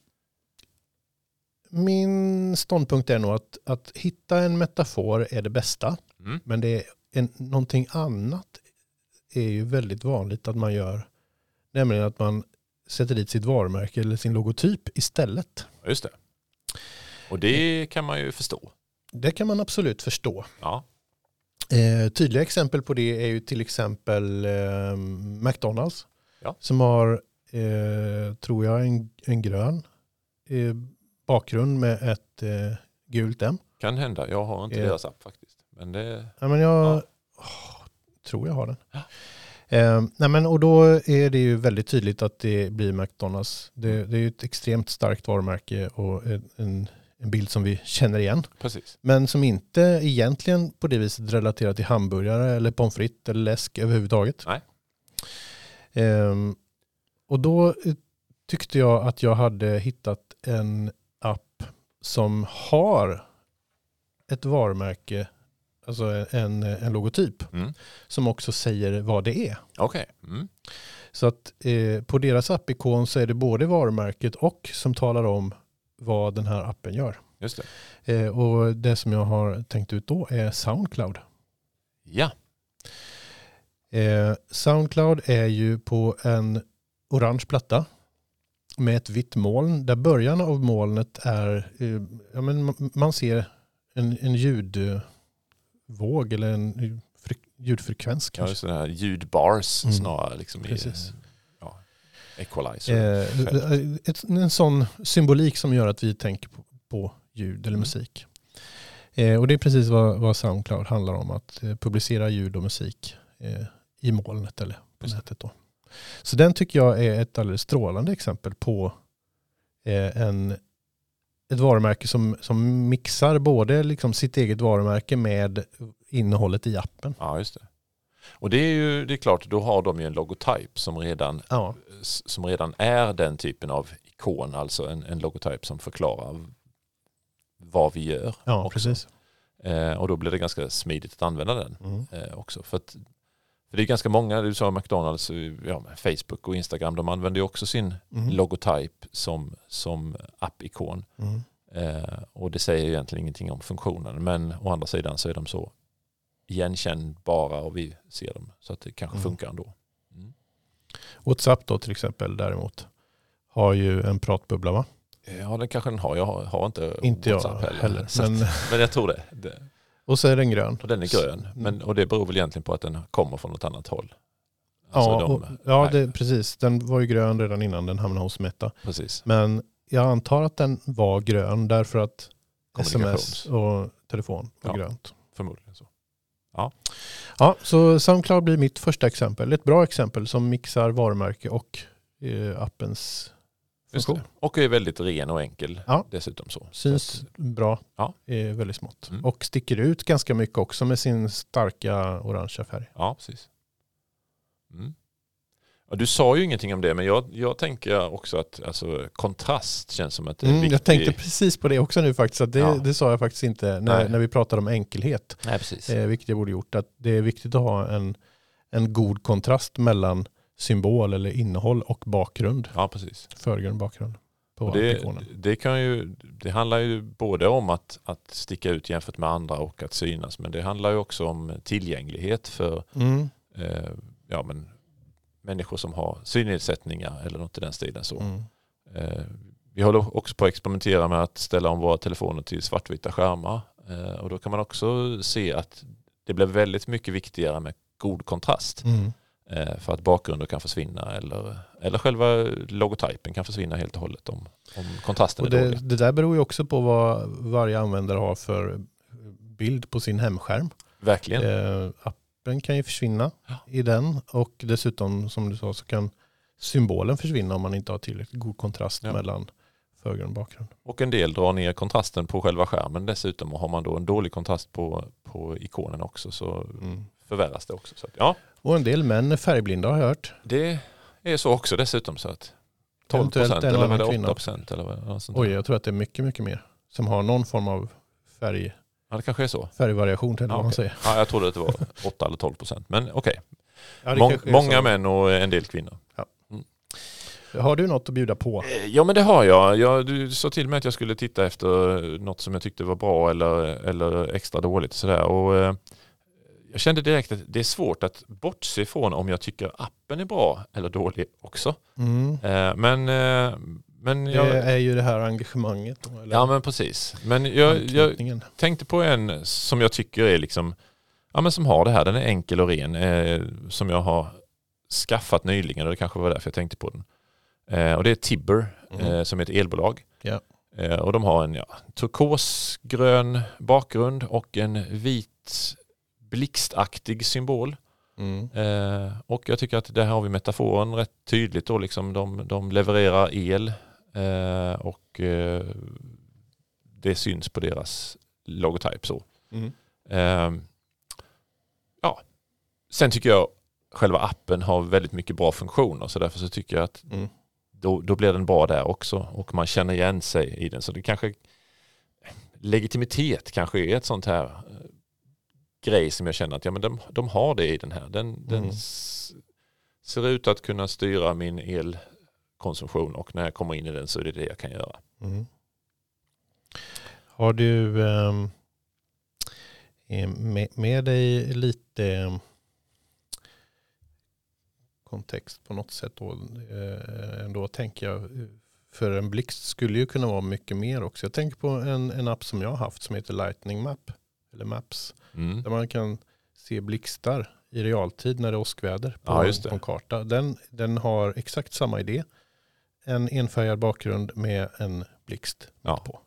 [SPEAKER 1] min ståndpunkt är nog att, att hitta en metafor är det bästa.
[SPEAKER 2] Mm.
[SPEAKER 1] Men det är en, någonting annat är ju väldigt vanligt att man gör. Nämligen att man sätter dit sitt varumärke eller sin logotyp istället.
[SPEAKER 2] Ja, Just det. Och
[SPEAKER 1] Eh.
[SPEAKER 2] det kan man ju förstå.
[SPEAKER 1] Det kan man absolut förstå.
[SPEAKER 2] Ja.
[SPEAKER 1] Eh, tydliga exempel på det är ju till exempel eh, McDonalds.
[SPEAKER 2] Ja.
[SPEAKER 1] Som har, eh, tror jag, en, en grön eh, bakgrund med ett eh, gult M.
[SPEAKER 2] Kan hända. Jag har inte
[SPEAKER 1] Eh.
[SPEAKER 2] deras app faktiskt. Men det,
[SPEAKER 1] Ja, men jag
[SPEAKER 2] Ja.
[SPEAKER 1] åh, tror jag har den.
[SPEAKER 2] Ja.
[SPEAKER 1] Eh, nej men, och då är det ju väldigt tydligt att det blir McDonalds. Det, det är ju ett extremt starkt varumärke och en, en, en bild som vi känner igen.
[SPEAKER 2] precis.
[SPEAKER 1] Men som inte egentligen på det viset relaterar till hamburgare eller pommes frites eller läsk överhuvudtaget.
[SPEAKER 2] Nej.
[SPEAKER 1] Ehm, och då eh, tyckte jag att jag hade hittat en app som har ett varumärke, alltså en, en logotyp,
[SPEAKER 2] Mm.
[SPEAKER 1] som också säger vad det är.
[SPEAKER 2] Okej. Mm.
[SPEAKER 1] Så att eh, på deras appikon så är det både varumärket och som talar om vad den här appen gör.
[SPEAKER 2] Just det.
[SPEAKER 1] Eh, och det som jag har tänkt ut då är Soundcloud.
[SPEAKER 2] Ja.
[SPEAKER 1] Eh, Soundcloud är ju på en orange platta med ett vitt moln där början av molnet är, eh, ja, men ma- man ser en, en ljudvåg eller en fre- ljudfrekvens
[SPEAKER 2] Ja,
[SPEAKER 1] kanske.
[SPEAKER 2] just det här ljudbars
[SPEAKER 1] Mm.
[SPEAKER 2] snarare. Liksom
[SPEAKER 1] Precis.
[SPEAKER 2] I, ja, equalizer.
[SPEAKER 1] Eh, eh, ett, en sån symbolik som gör att vi tänker på, på ljud eller
[SPEAKER 2] Mm.
[SPEAKER 1] musik. Eh, och det är precis vad, vad Soundcloud handlar om, att eh, publicera ljud och musik eh, i molnet eller på
[SPEAKER 2] Just det.
[SPEAKER 1] nätet. Då. Så den tycker jag är ett alldeles strålande exempel på eh, en, ett varumärke som, som mixar både liksom sitt eget varumärke med innehållet i appen.
[SPEAKER 2] Ja, just det. Och det är ju det är klart, då har de ju en logotyp som redan,
[SPEAKER 1] Ja,
[SPEAKER 2] som redan är den typen av ikon. Alltså en, en logotyp som förklarar vad vi gör.
[SPEAKER 1] ja
[SPEAKER 2] också.
[SPEAKER 1] precis.
[SPEAKER 2] Eh, och då blir det ganska smidigt att använda den.
[SPEAKER 1] Mm.
[SPEAKER 2] eh, också. För, att, för det är ganska många, du sa McDonalds, eh, ja, men Facebook och Instagram, de använder ju också sin
[SPEAKER 1] Mm.
[SPEAKER 2] logotyp som, som appikon.
[SPEAKER 1] Mm.
[SPEAKER 2] Eh, och det säger ju egentligen ingenting om funktionen, men å andra sidan så är de så igenkännbara och vi ser dem, så att det kanske
[SPEAKER 1] Mm.
[SPEAKER 2] funkar ändå. Mm.
[SPEAKER 1] WhatsApp då till exempel däremot har ju en pratbubbla va?
[SPEAKER 2] Eh, Ja, den kanske den har. Jag har, har inte,
[SPEAKER 1] Inte jag
[SPEAKER 2] WhatsApp
[SPEAKER 1] heller.
[SPEAKER 2] Så att, men...
[SPEAKER 1] Men,
[SPEAKER 2] jag tror det. det.
[SPEAKER 1] och så är den grön.
[SPEAKER 2] Och den är grön.
[SPEAKER 1] Mm.
[SPEAKER 2] Men, och det beror väl egentligen på att den kommer från något annat håll. Alltså
[SPEAKER 1] ja,
[SPEAKER 2] de-
[SPEAKER 1] och, ja
[SPEAKER 2] nej,
[SPEAKER 1] det, precis. Den var ju grön redan innan den hamnade hos Meta.
[SPEAKER 2] precis.
[SPEAKER 1] Men jag antar att den var grön därför att sms
[SPEAKER 2] Kommunikations.
[SPEAKER 1] och telefon var
[SPEAKER 2] Ja.
[SPEAKER 1] grönt.
[SPEAKER 2] Förmodligen så.
[SPEAKER 1] Ja, så Soundcloud blir mitt första exempel. Ett bra exempel som mixar varumärke och eh, appens
[SPEAKER 2] Just
[SPEAKER 1] funktion.
[SPEAKER 2] det. Och är väldigt ren och enkel
[SPEAKER 1] Ja.
[SPEAKER 2] dessutom. så.
[SPEAKER 1] Syns
[SPEAKER 2] Så
[SPEAKER 1] bra,
[SPEAKER 2] Ja.
[SPEAKER 1] eh, väldigt smått.
[SPEAKER 2] Mm.
[SPEAKER 1] Och sticker ut ganska mycket också med sin starka orangea färg.
[SPEAKER 2] att, ja, precis. Mm. Ja, du sa ju ingenting om det, men jag, jag tänker också att alltså, kontrast känns som att det är
[SPEAKER 1] Mm,
[SPEAKER 2] viktigt.
[SPEAKER 1] jag tänkte precis på det också nu faktiskt. Att det,
[SPEAKER 2] Ja.
[SPEAKER 1] det sa jag faktiskt inte när,
[SPEAKER 2] Nej.
[SPEAKER 1] när vi pratade om enkelhet,
[SPEAKER 2] Nej, precis.
[SPEAKER 1] eh, vilket jag borde gjort. Att det är viktigt att ha en, en god kontrast mellan symbol eller innehåll och bakgrund,
[SPEAKER 2] Ja, precis.
[SPEAKER 1] förgrund och bakgrund på
[SPEAKER 2] Och det,
[SPEAKER 1] ikonen.
[SPEAKER 2] det, kan ju, det handlar ju både om att, att sticka ut jämfört med andra och att synas, men det handlar ju också om tillgänglighet för
[SPEAKER 1] Mm,
[SPEAKER 2] eh, ja, men, människor som har synnedsättningar eller något i den stilen. Så.
[SPEAKER 1] mm,
[SPEAKER 2] Eh, Vi håller också på att experimentera med att ställa om våra telefoner till svartvita skärmar. Eh, Och då kan man också se att det blir väldigt mycket viktigare med god kontrast
[SPEAKER 1] mm,
[SPEAKER 2] Eh, För att bakgrunder kan försvinna eller, eller själva logotypen kan försvinna helt och hållet om, om kontrasten
[SPEAKER 1] Och
[SPEAKER 2] är
[SPEAKER 1] det,
[SPEAKER 2] dålig.
[SPEAKER 1] det där beror ju också på vad varje användare har för bild på sin hemskärm.
[SPEAKER 2] Verkligen.
[SPEAKER 1] Eh, appen kan ju försvinna
[SPEAKER 2] Ja.
[SPEAKER 1] i den och dessutom som du sa så kan symbolen försvinna om man inte har tillräckligt god kontrast
[SPEAKER 2] Ja.
[SPEAKER 1] mellan förgrund och bakgrund.
[SPEAKER 2] Och en del drar ner kontrasten på själva skärmen dessutom och har man då en dålig kontrast på, på ikonen också så förvärras det också. Så att, ja,
[SPEAKER 1] Mm. Och en del män är färgblinda har jag hört.
[SPEAKER 2] det är så också dessutom så att 12
[SPEAKER 1] Eventuellt
[SPEAKER 2] procent
[SPEAKER 1] en
[SPEAKER 2] eller
[SPEAKER 1] annan
[SPEAKER 2] vad är det
[SPEAKER 1] kvinna.
[SPEAKER 2] 8 procent eller vad ja, sånt där.
[SPEAKER 1] Oj, jag tror att det är mycket, mycket mer som har någon form av färg,
[SPEAKER 2] Ja, det kanske är så.
[SPEAKER 1] färgvariation till
[SPEAKER 2] Ja,
[SPEAKER 1] vad man
[SPEAKER 2] okej.
[SPEAKER 1] säger.
[SPEAKER 2] Ja, jag trodde att det var 8 eller 12 procent. Men okej,
[SPEAKER 1] Ja, det
[SPEAKER 2] Mång,
[SPEAKER 1] kanske är
[SPEAKER 2] många
[SPEAKER 1] så.
[SPEAKER 2] män och en del kvinnor.
[SPEAKER 1] Har du något att bjuda på?
[SPEAKER 2] Eh, Ja men det har jag. jag. Du sa till mig att jag skulle titta efter eh, något som jag tyckte var bra eller, eller extra dåligt. Sådär. Och, eh, jag kände direkt att det är svårt att bortse från om jag tycker appen är bra eller dålig också.
[SPEAKER 1] Mm.
[SPEAKER 2] Eh, Men, eh, men
[SPEAKER 1] Det
[SPEAKER 2] jag,
[SPEAKER 1] är ju det här engagemanget. då, Eller
[SPEAKER 2] ja men precis. Men jag, jag,
[SPEAKER 1] anknytningen.
[SPEAKER 2] tänkte på en som jag tycker är liksom, ja men som har det här, den är enkel och ren, eh, som jag har skaffat nyligen och det kanske var därför jag tänkte på den. Eh, och det är Tibber
[SPEAKER 1] Mhm.
[SPEAKER 2] eh, som är ett elbolag.
[SPEAKER 1] Ja.
[SPEAKER 2] Eh, och de har en ja, turkosgrön bakgrund och en vit blixtaktig symbol.
[SPEAKER 1] Mm.
[SPEAKER 2] Eh, och jag tycker att där har vi metaforen rätt tydligt då, liksom de, de levererar el eh, och eh, det syns på deras logotyp så.
[SPEAKER 1] Mm.
[SPEAKER 2] Ehm, ja. Sen tycker jag själva appen har väldigt mycket bra funktioner så därför så tycker jag att
[SPEAKER 1] Mm.
[SPEAKER 2] då, då blir den bra där också och man känner igen sig i den. Så det kanske legitimitet kanske är ett sånt här eh, grej som jag känner att ja, men de, de har det i den här. Den, den
[SPEAKER 1] Mm.
[SPEAKER 2] s- ser ut att kunna styra min elkonsumtion och när jag kommer in i den så är det det jag kan göra.
[SPEAKER 1] Mm. Har du ehm, eh, med, med dig lite ehm, kontext på något sätt då? Eh, Ändå tänker jag, eh, för en blixt skulle ju kunna vara mycket mer också. Jag tänker på en, en app som jag har haft som heter Lightning Map, eller Maps,
[SPEAKER 2] Mm.
[SPEAKER 1] där man kan se blixtar i realtid när det är åskväder på,
[SPEAKER 2] Ja, just det.
[SPEAKER 1] på en karta. Den, den har exakt samma idé. En enfärgad bakgrund med en blixt
[SPEAKER 2] Ja.
[SPEAKER 1] på.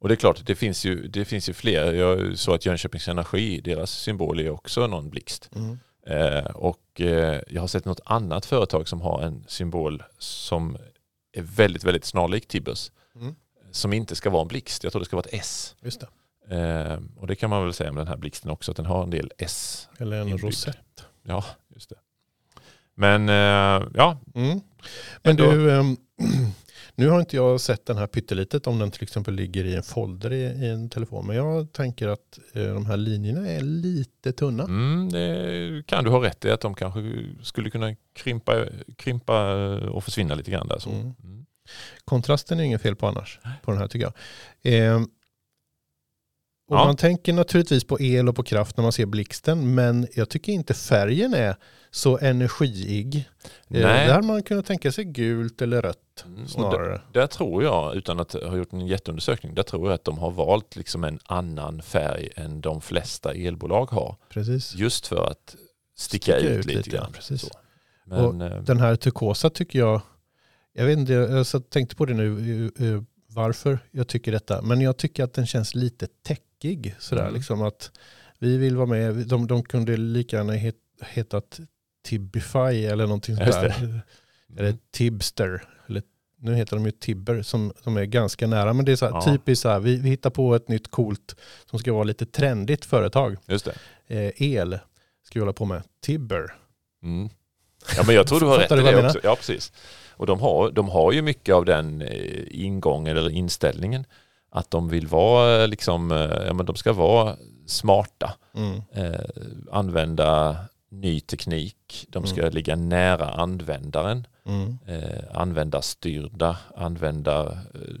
[SPEAKER 2] Och det är klart, det finns ju, det finns ju fler. Jag såg att Jönköpings Energi, deras symbol är också någon blixt.
[SPEAKER 1] Mm.
[SPEAKER 2] Eh, och eh, jag har sett något annat företag som har en symbol som är väldigt, väldigt snarlik Tibbers.
[SPEAKER 1] Mm.
[SPEAKER 2] Som inte ska vara en blixt, jag tror det ska vara ett S.
[SPEAKER 1] Just det.
[SPEAKER 2] Eh, och det kan man väl säga om den här blixten också, att den har en del S.
[SPEAKER 1] Eller en
[SPEAKER 2] Inbyggd.
[SPEAKER 1] rosett.
[SPEAKER 2] Ja, just det. Men eh, ja,
[SPEAKER 1] Mm. Men
[SPEAKER 2] Ändå.
[SPEAKER 1] du, ehm, nu har inte jag sett den här pyttelitet om den till exempel ligger i en folder i, i en telefon. Men jag tänker att eh, de här linjerna är lite tunna.
[SPEAKER 2] mm, det kan du ha rätt i att de kanske skulle kunna krympa, krympa och försvinna lite grann där. Så.
[SPEAKER 1] Mm.
[SPEAKER 2] Mm.
[SPEAKER 1] Kontrasten är inget fel på annars, på den här tycker jag. Ehm, och
[SPEAKER 2] Ja.
[SPEAKER 1] Man tänker naturligtvis på el och på kraft när man ser blixten, men jag tycker inte färgen är så energiig. Eh,
[SPEAKER 2] Nej.
[SPEAKER 1] Där hade man kunde tänka sig gult eller rött
[SPEAKER 2] Mm, och
[SPEAKER 1] snarare.
[SPEAKER 2] Där, där tror jag, utan att ha gjort en jätteundersökning, där tror jag att de har valt liksom en annan färg än de flesta elbolag har.
[SPEAKER 1] Precis.
[SPEAKER 2] Just för att sticka, ut, lite
[SPEAKER 1] ja,
[SPEAKER 2] grann.
[SPEAKER 1] Precis.
[SPEAKER 2] Så. Men, eh,
[SPEAKER 1] Den här turkosa tycker jag, jag vet inte, jag satt- tänkte på det nu eh, eh, varför jag tycker detta, men jag tycker att den känns lite täckig sådär
[SPEAKER 2] Mm.
[SPEAKER 1] liksom att vi vill vara med, de, de kunde lika gärna het, hetat Tibify eller någonting sånt
[SPEAKER 2] Just
[SPEAKER 1] där. Eller Tibster, eller nu heter de ju Tibber som, som är ganska nära, men det är så här,
[SPEAKER 2] Ja.
[SPEAKER 1] typiskt så här, vi, vi hittar på ett nytt coolt som ska vara lite trendigt företag.
[SPEAKER 2] just det.
[SPEAKER 1] Eh, el ska vi hålla på med, Tibber.
[SPEAKER 2] Mm. Ja, men jag tror du har rätt
[SPEAKER 1] Fattar
[SPEAKER 2] i
[SPEAKER 1] du vad jag
[SPEAKER 2] det
[SPEAKER 1] menar?
[SPEAKER 2] också. Ja, precis. Och de har, de har ju mycket av den eh, ingången eller inställningen. Att de vill vara eh, liksom, eh, ja, men de ska vara smarta.
[SPEAKER 1] Mm.
[SPEAKER 2] eh, använda ny teknik. De ska ligga nära användaren,
[SPEAKER 1] Mm.
[SPEAKER 2] eh, användarstyrda, använda, eh,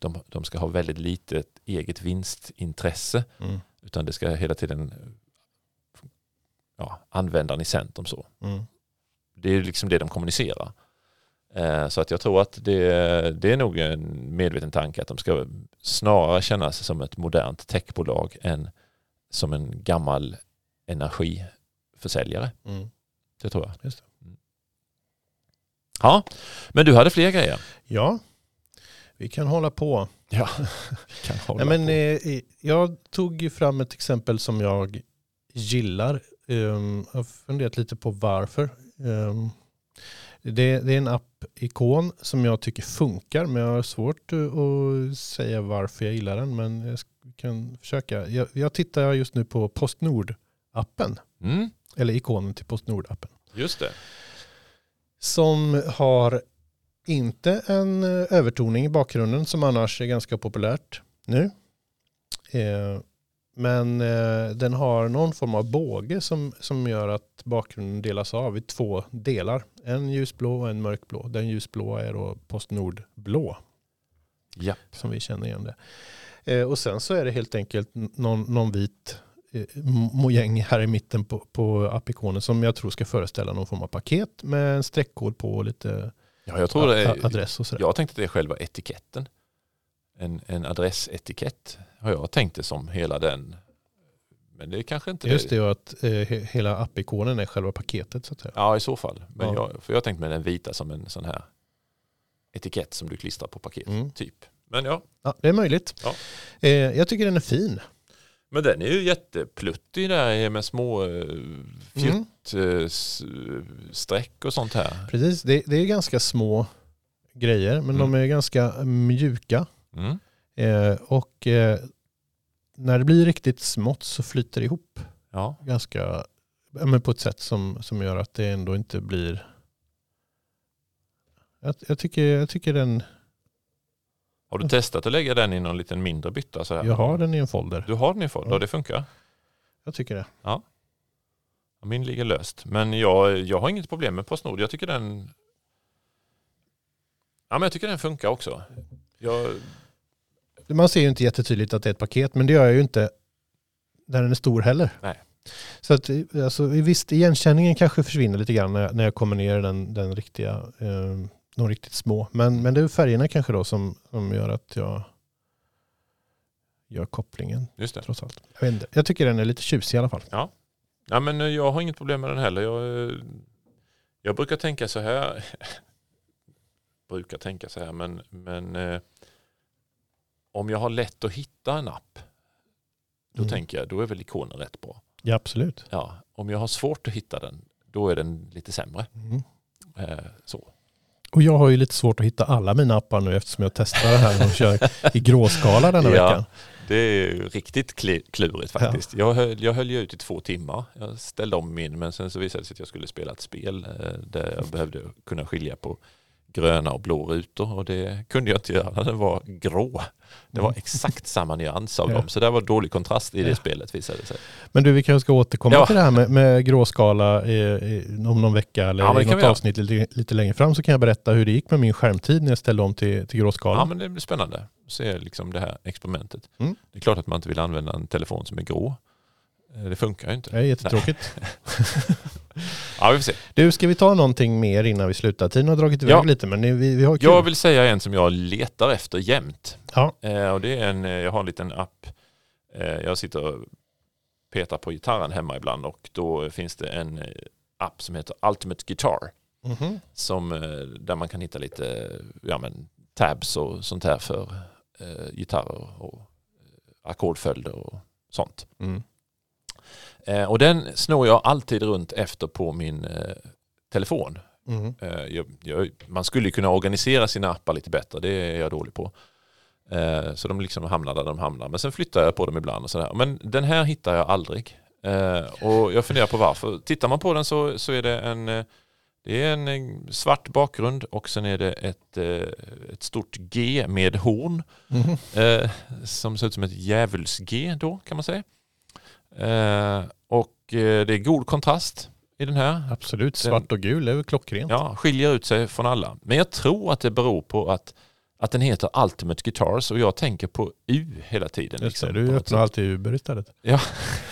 [SPEAKER 2] de, de ska ha väldigt litet eget vinstintresse,
[SPEAKER 1] Mm.
[SPEAKER 2] utan det ska hela tiden eh, ja, användaren i centrum. Så.
[SPEAKER 1] Mm.
[SPEAKER 2] Det är liksom det de kommunicerar. Eh, Så att jag tror att det, det är nog en medveten tanke att de ska snarare kännas som ett modernt techbolag än som en gammal energiförsäljare.
[SPEAKER 1] Mm.
[SPEAKER 2] Det tror jag.
[SPEAKER 1] Just
[SPEAKER 2] Mm. Ja, men du hade fler grejer.
[SPEAKER 1] Ja, vi kan hålla på.
[SPEAKER 2] Ja, kan hålla
[SPEAKER 1] Nej, men,
[SPEAKER 2] på.
[SPEAKER 1] eh, jag tog ju fram ett exempel som jag gillar. Ehm, jag har funderat lite på varför. Ehm, det, det är en app-ikon som jag tycker funkar, men jag har svårt eh, att säga varför jag gillar den. Men jag sk- kan försöka. Jag, jag tittar just nu på Postnord-appen,
[SPEAKER 2] Mm,
[SPEAKER 1] eller ikonen till Postnord-appen.
[SPEAKER 2] just det.
[SPEAKER 1] Som har inte en eh, övertoning i bakgrunden som annars är ganska populärt nu. Eh, Men eh, den har någon form av båge som, som gör att bakgrunden delas av i två delar. En ljusblå och en mörkblå. Den ljusblåa är då Postnord blå
[SPEAKER 2] Ja.
[SPEAKER 1] som vi känner igen det. Eh, och sen så är det helt enkelt n- någon, någon vit eh, mojäng här i mitten på, på appikonen som jag tror ska föreställa någon form av paket med en streckkod på och lite
[SPEAKER 2] ja, jag tror det
[SPEAKER 1] a- a-
[SPEAKER 2] är,
[SPEAKER 1] adress och sådär.
[SPEAKER 2] Jag tänkte att det är själva etiketten. En, en adressetikett har jag tänkt det som hela den. Men det är kanske inte
[SPEAKER 1] Just det, och att eh, he- hela appikonen är själva paketet så att säga.
[SPEAKER 2] Ja, i så fall. Men
[SPEAKER 1] Ja.
[SPEAKER 2] jag, för jag tänkte med den vita som en sån här etikett som du klistrar på paket.
[SPEAKER 1] Mm.
[SPEAKER 2] Typ. Men ja,
[SPEAKER 1] Ja, det är möjligt.
[SPEAKER 2] Ja.
[SPEAKER 1] Eh, jag tycker den är fin.
[SPEAKER 2] men den är ju jättepluttig där med små eh,
[SPEAKER 1] Mm.
[SPEAKER 2] fjuttstreck och sånt här.
[SPEAKER 1] Precis, det, det är ganska små grejer men de är ganska mjuka.
[SPEAKER 2] Mm.
[SPEAKER 1] Eh, och eh, när det blir riktigt smått så flyter det ihop.
[SPEAKER 2] Ja.
[SPEAKER 1] ganska, ja, men på ett sätt som, som gör att det ändå inte blir... Jag, jag, tycker, jag tycker den,
[SPEAKER 2] Har du testat att lägga den i någon liten mindre bytta? Så här?
[SPEAKER 1] jag har den i en folder.
[SPEAKER 2] Du har den i fold
[SPEAKER 1] Ja.
[SPEAKER 2] och det funkar?
[SPEAKER 1] Jag tycker det.
[SPEAKER 2] Ja, Min ligger löst. Men jag, jag har inget problem med Postnord. Jag tycker den Ja, men jag tycker den funkar också. Jag,
[SPEAKER 1] Man ser ju inte jättetydligt att det är ett paket, men det gör jag ju inte när den är stor heller.
[SPEAKER 2] Nej.
[SPEAKER 1] Så att, alltså, visst, igenkänningen kanske försvinner lite grann när jag, när jag kommer ner i den, den riktiga, eh, de riktigt små. Men, men det är färgerna kanske då som, som gör att jag gör kopplingen
[SPEAKER 2] just det.
[SPEAKER 1] trots allt. Jag, vet inte. jag tycker den är lite tjusig i alla fall.
[SPEAKER 2] Ja, men eh, jag har inget problem med den heller. Jag, eh, jag brukar tänka så här. brukar tänka så här, men, men eh, om jag har lätt att hitta en app, då
[SPEAKER 1] Mm.
[SPEAKER 2] tänker jag, då är väl ikonen rätt bra.
[SPEAKER 1] Ja, absolut.
[SPEAKER 2] Ja, om jag har svårt att hitta den, då är den lite sämre. Eh, så.
[SPEAKER 1] Mm. Och jag har ju lite svårt att hitta alla mina appar nu eftersom jag testar det här och kör i gråskala denna
[SPEAKER 2] Ja.
[SPEAKER 1] veckan.
[SPEAKER 2] Det är ju riktigt kli- klurigt faktiskt. Jag, höll, jag höll ju ut i två timmar. Jag ställde om min men sen så visade det sig att jag skulle spela ett spel eh, där jag behövde kunna skilja på gröna och blå rutor och det kunde jag inte göra. Den var grå. Det var exakt samma nyans av
[SPEAKER 1] Mm. Ja.
[SPEAKER 2] dem så det var dålig kontrast i det
[SPEAKER 1] Ja.
[SPEAKER 2] spelet visade det sig.
[SPEAKER 1] Men du, vi kanske ska återkomma
[SPEAKER 2] Ja.
[SPEAKER 1] till det här med, med gråskala eh, eh, om någon vecka eller
[SPEAKER 2] Ja, men
[SPEAKER 1] i
[SPEAKER 2] det kan
[SPEAKER 1] något
[SPEAKER 2] vi göra.
[SPEAKER 1] avsnitt lite, lite längre fram så kan jag berätta hur det gick med min skärmtid när jag ställde om till, till gråskala.
[SPEAKER 2] Ja men det blir spännande att se liksom det här experimentet.
[SPEAKER 1] Mm.
[SPEAKER 2] Det är klart att man inte vill använda en telefon som är grå. Eh, Det funkar ju inte.
[SPEAKER 1] Det är jättetråkigt.
[SPEAKER 2] Ja, vi får se.
[SPEAKER 1] Du, ska vi ta någonting mer innan vi slutar? Tiden har dragit iväg
[SPEAKER 2] Ja.
[SPEAKER 1] lite men ni- vi, vi har kul.
[SPEAKER 2] Jag vill säga en som jag letar efter jämt.
[SPEAKER 1] Ja.
[SPEAKER 2] Eh, och det är en, eh, jag har en liten app. Eh, jag sitter och petar på gitarren hemma ibland och då finns det en eh, app som heter Ultimate Guitar.
[SPEAKER 1] Mhm.
[SPEAKER 2] Som, eh, där man kan hitta lite eh, ja, men, tabs och sånt här för eh, gitarrer och eh, ackordföljder och sånt.
[SPEAKER 1] Mm.
[SPEAKER 2] Eh, och den snor jag alltid runt efter på min eh, telefon.
[SPEAKER 1] Mhm.
[SPEAKER 2] Eh, jag, jag, man skulle ju kunna organisera sina appar lite bättre, det är jag dålig på. Eh, så de liksom hamnar där de hamnar. Men sen flyttar jag på dem ibland och sådär. Men den här hittar jag aldrig. Eh, och jag funderar på varför. Tittar man på den så, så är det en, eh, det är en eh, svart bakgrund och sen är det ett, eh, ett stort G med horn.
[SPEAKER 1] Mhm.
[SPEAKER 2] Eh, som ser ut som ett djävuls-G då kan man säga. Eh, och eh, det är god kontrast i den här.
[SPEAKER 1] Absolut, svart och gul är väl klockrent.
[SPEAKER 2] Ja, skiljer ut sig från alla. Men jag tror att det beror på att, att den heter Ultimate Guitars och jag tänker på U hela tiden.
[SPEAKER 1] Just det,
[SPEAKER 2] liksom, på
[SPEAKER 1] du
[SPEAKER 2] något
[SPEAKER 1] öppnar
[SPEAKER 2] sätt.
[SPEAKER 1] alltid Uber istället.
[SPEAKER 2] Ja,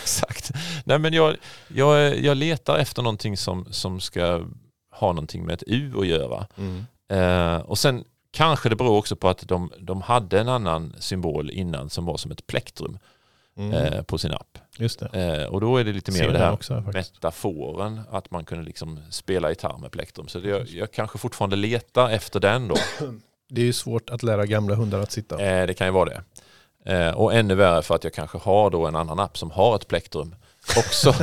[SPEAKER 2] exakt. Nej, men jag, jag, jag letar efter någonting som, som ska ha någonting med ett U att göra. Eh, och sen kanske det beror också på att de, de hade en annan symbol innan som var som ett plektrum.
[SPEAKER 1] Mm.
[SPEAKER 2] eh, på sin app.
[SPEAKER 1] Just det.
[SPEAKER 2] Eh, och då är det lite mer
[SPEAKER 1] Ser
[SPEAKER 2] det
[SPEAKER 1] den
[SPEAKER 2] här
[SPEAKER 1] också här faktiskt.
[SPEAKER 2] metaforen, att man kunde liksom spela gitarr med plektrum. Så det, jag, jag kanske fortfarande letar efter den då.
[SPEAKER 1] Det är ju svårt att lära gamla hundar att sitta.
[SPEAKER 2] Eh, det kan ju vara det. Eh, och ännu värre för att jag kanske har då en annan app som har ett plektrum också.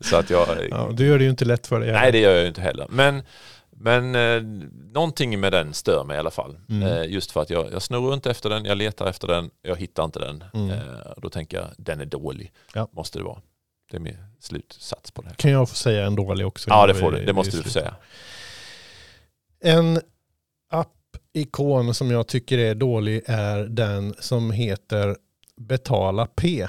[SPEAKER 2] så att jag,
[SPEAKER 1] Ja, du gör det ju inte lätt för dig.
[SPEAKER 2] nej det gör jag ju inte heller. Men, men eh, någonting med den stör mig i alla fall.
[SPEAKER 1] Mm.
[SPEAKER 2] Eh, just för att jag, jag snor runt efter den, jag letar efter den, jag hittar inte den.
[SPEAKER 1] Mm.
[SPEAKER 2] Eh, då tänker jag, den är dålig.
[SPEAKER 1] Ja.
[SPEAKER 2] Måste det vara. Det är min slutsats på det här.
[SPEAKER 1] Kan jag få säga en dålig också?
[SPEAKER 2] Ja det
[SPEAKER 1] Vi-
[SPEAKER 2] får du, det måste
[SPEAKER 1] vi
[SPEAKER 2] du få säga.
[SPEAKER 1] En app-ikon som jag tycker är dålig är den som heter Betala P.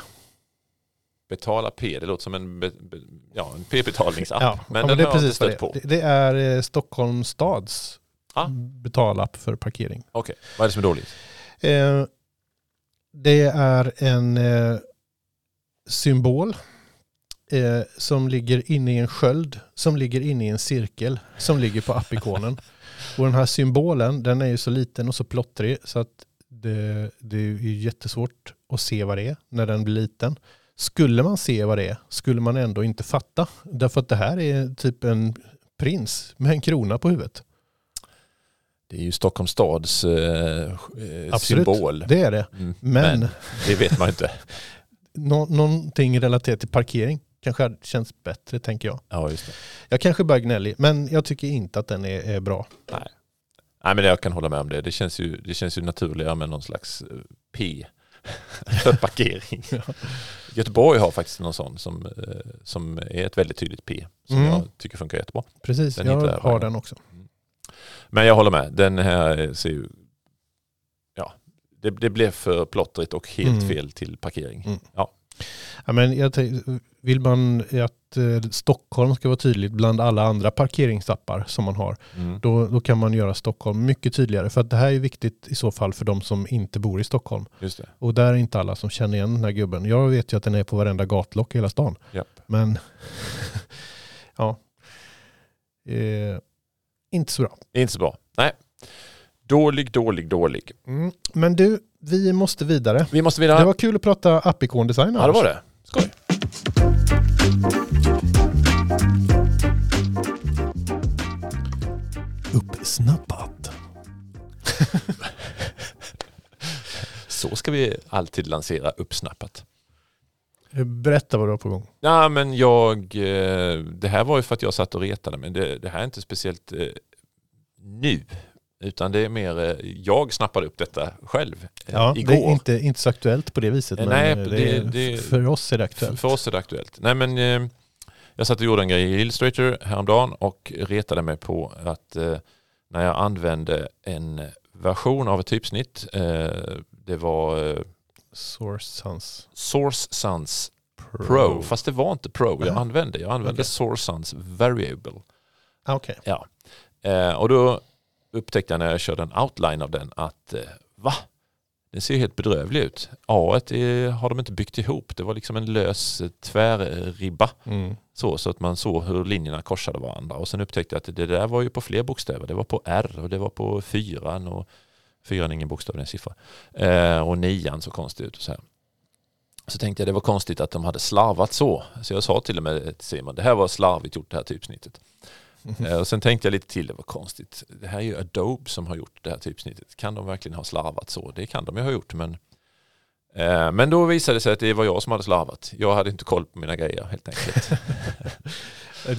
[SPEAKER 2] Betala P, det låter som en, be, be, ja, en P-betalningsapp.
[SPEAKER 1] Ja,
[SPEAKER 2] men
[SPEAKER 1] ja,
[SPEAKER 2] den
[SPEAKER 1] det är
[SPEAKER 2] har jag inte
[SPEAKER 1] precis vad
[SPEAKER 2] stött
[SPEAKER 1] det.
[SPEAKER 2] på.
[SPEAKER 1] är. Det, det är eh, Stockholms stads
[SPEAKER 2] Ah.
[SPEAKER 1] betalapp för parkering.
[SPEAKER 2] Okej, vad är det som är dåligt?
[SPEAKER 1] Eh, det är en eh, symbol eh, som ligger inne i en sköld, som ligger inne i en cirkel, som ligger på appikonen. och den här symbolen, den är ju så liten och så plottrig så att det, det är ju jättesvårt att se vad det är när den blir liten. Skulle man se vad det är skulle man ändå inte fatta. Därför att det här är typ en prins med en krona på huvudet.
[SPEAKER 2] Det är ju Stockholms stads eh, eh,
[SPEAKER 1] Absolut.
[SPEAKER 2] symbol.
[SPEAKER 1] Det är det.
[SPEAKER 2] Mm,
[SPEAKER 1] Men,
[SPEAKER 2] det vet man ju inte.
[SPEAKER 1] Nå- någonting relaterat till parkering kanske hade känts bättre tänker jag.
[SPEAKER 2] Ja, just det.
[SPEAKER 1] Jag kanske bara gnällig, men jag tycker inte att den är, är bra.
[SPEAKER 2] Nej, men jag kan hålla med om det. Det känns ju, det känns ju naturligare med någon slags eh, P för parkering. Göteborg har faktiskt någon sån som, eh, som är ett väldigt tydligt P som
[SPEAKER 1] Mm.
[SPEAKER 2] jag tycker funkar jättebra.
[SPEAKER 1] Precis,
[SPEAKER 2] Den
[SPEAKER 1] jag
[SPEAKER 2] hittar jag
[SPEAKER 1] har
[SPEAKER 2] bara.
[SPEAKER 1] den också.
[SPEAKER 2] Men jag håller med. Den här eh, ser ju... Ja, det, det blev för plottrigt och helt
[SPEAKER 1] Mm.
[SPEAKER 2] fel till parkering.
[SPEAKER 1] Mm.
[SPEAKER 2] Ja.
[SPEAKER 1] Ja, men jag tänk- vill man att eh, Stockholm ska vara tydligt bland alla andra parkeringsappar som man har,
[SPEAKER 2] Mm.
[SPEAKER 1] då, då kan man göra Stockholm mycket tydligare. För att det här är viktigt i så fall för de som inte bor i Stockholm.
[SPEAKER 2] Just det.
[SPEAKER 1] Och där är inte alla som känner igen den här gubben. Jag vet ju att den är på varenda gatlock i hela stan.
[SPEAKER 2] Japp.
[SPEAKER 1] Men ja, eh, inte så bra.
[SPEAKER 2] Inte så bra. Nej. Dålig, dålig, dålig.
[SPEAKER 1] Mm. Men du, vi måste vidare.
[SPEAKER 2] Vi måste vidare.
[SPEAKER 1] Det var kul att prata appikondesign.
[SPEAKER 2] Ja, det var det. Skoj.
[SPEAKER 1] Uppsnappat.
[SPEAKER 2] Så ska vi alltid lansera uppsnappat.
[SPEAKER 1] Eh, Berätta vad du har på gång.
[SPEAKER 2] Ja, men jag, eh, det här var ju för att jag satt och retade, men det, det här är inte speciellt eh, nu. Utan det är mer, eh, jag snappade upp detta själv eh,
[SPEAKER 1] Ja,
[SPEAKER 2] igår.
[SPEAKER 1] Det är inte, inte så aktuellt på det viset.
[SPEAKER 2] Eh,
[SPEAKER 1] Men
[SPEAKER 2] nej,
[SPEAKER 1] eh, det, är-
[SPEAKER 2] det- det-
[SPEAKER 1] för oss är det
[SPEAKER 2] För,
[SPEAKER 1] aktuellt.
[SPEAKER 2] för oss är det aktuellt. Nej, men, eh, jag satt och gjorde en grej i Illustrator häromdagen och retade mig på att eh, när jag använde en version av ett typsnitt, eh, det var eh,
[SPEAKER 1] Source Sans
[SPEAKER 2] Source Sans
[SPEAKER 1] Pro.
[SPEAKER 2] Pro, fast det var inte Pro jag
[SPEAKER 1] Aha.
[SPEAKER 2] använde. Jag använde
[SPEAKER 1] Okej.
[SPEAKER 2] Source Sans Variable.
[SPEAKER 1] Ah, Okej.
[SPEAKER 2] Eh, och då upptäckte jag när jag körde en outline av den att eh, va? Den ser ju helt bedrövlig ut. A har de inte byggt ihop. Det var liksom en lös eh, tvärribba
[SPEAKER 1] Mm.
[SPEAKER 2] så, så att man såg hur linjerna korsade varandra. Och sen upptäckte jag att det där var ju på fler bokstäver. Det var på R och det var på fyran och fyran är ingen bokstav, det är en siffra. Eh, och nian så konstigt ut och så här. Så tänkte jag det var konstigt att de hade slarvat så. Så jag sa till och med till Simon, det här var slarvigt gjort det här typsnittet.
[SPEAKER 1] Mm.
[SPEAKER 2] Eh, och sen tänkte jag lite till, det var konstigt. Det här är ju Adobe som har gjort det här typsnittet. Kan de verkligen ha slarvat så? Det kan de ju ha gjort, men Eh, men då visade det sig att det var jag som hade slarvat. Jag hade inte koll på mina grejer helt enkelt.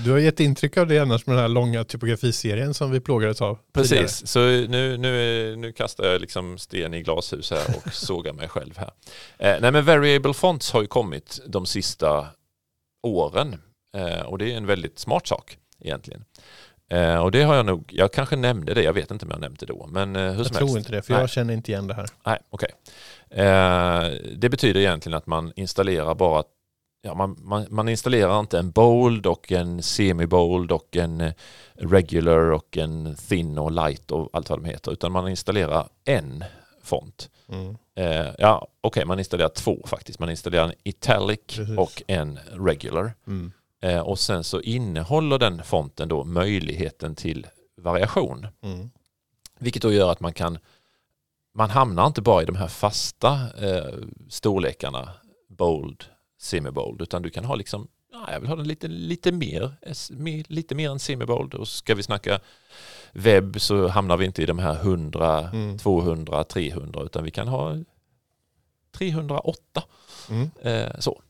[SPEAKER 1] Du har gett intryck av det annars med den här långa typografiserien som vi plågades av. tidigare.
[SPEAKER 2] Precis, så nu, nu, är- nu kastar jag liksom sten i glashus här och sågar mig själv här. Eh, nej men variable fonts har ju kommit de sista åren eh, och det är en väldigt smart sak egentligen. Eh, och det har jag nog, jag kanske nämnde det, jag vet inte om jag nämnde det då, men eh, hur som
[SPEAKER 1] Jag
[SPEAKER 2] helst.
[SPEAKER 1] tror inte det, för
[SPEAKER 2] Nej.
[SPEAKER 1] jag känner inte igen det här.
[SPEAKER 2] Nej, okej. Eh, det betyder egentligen att man installerar bara Ja, man, man, man installerar inte en bold och en semi-bold och en eh, regular och en thin och light och allt vad de heter. Utan man installerar en font.
[SPEAKER 1] Mm.
[SPEAKER 2] Eh, ja, okej, man installerar två faktiskt. Man installerar en italic
[SPEAKER 1] Precis.
[SPEAKER 2] och en regular.
[SPEAKER 1] Mm.
[SPEAKER 2] Eh, och sen så innehåller den fonten då möjligheten till variation.
[SPEAKER 1] Mm.
[SPEAKER 2] Vilket då gör att man kan man hamnar inte bara i de här fasta eh, storlekarna bold, semi-bold, utan du kan ha liksom, ja, jag vill ha den lite, lite mer, eh, s- mer- lite mer än semi-bold. Och ska vi snacka webb så hamnar vi inte i de här 100,
[SPEAKER 1] Mm.
[SPEAKER 2] 200, 300, utan vi kan ha 308.
[SPEAKER 1] Mm.
[SPEAKER 2] Eh, så.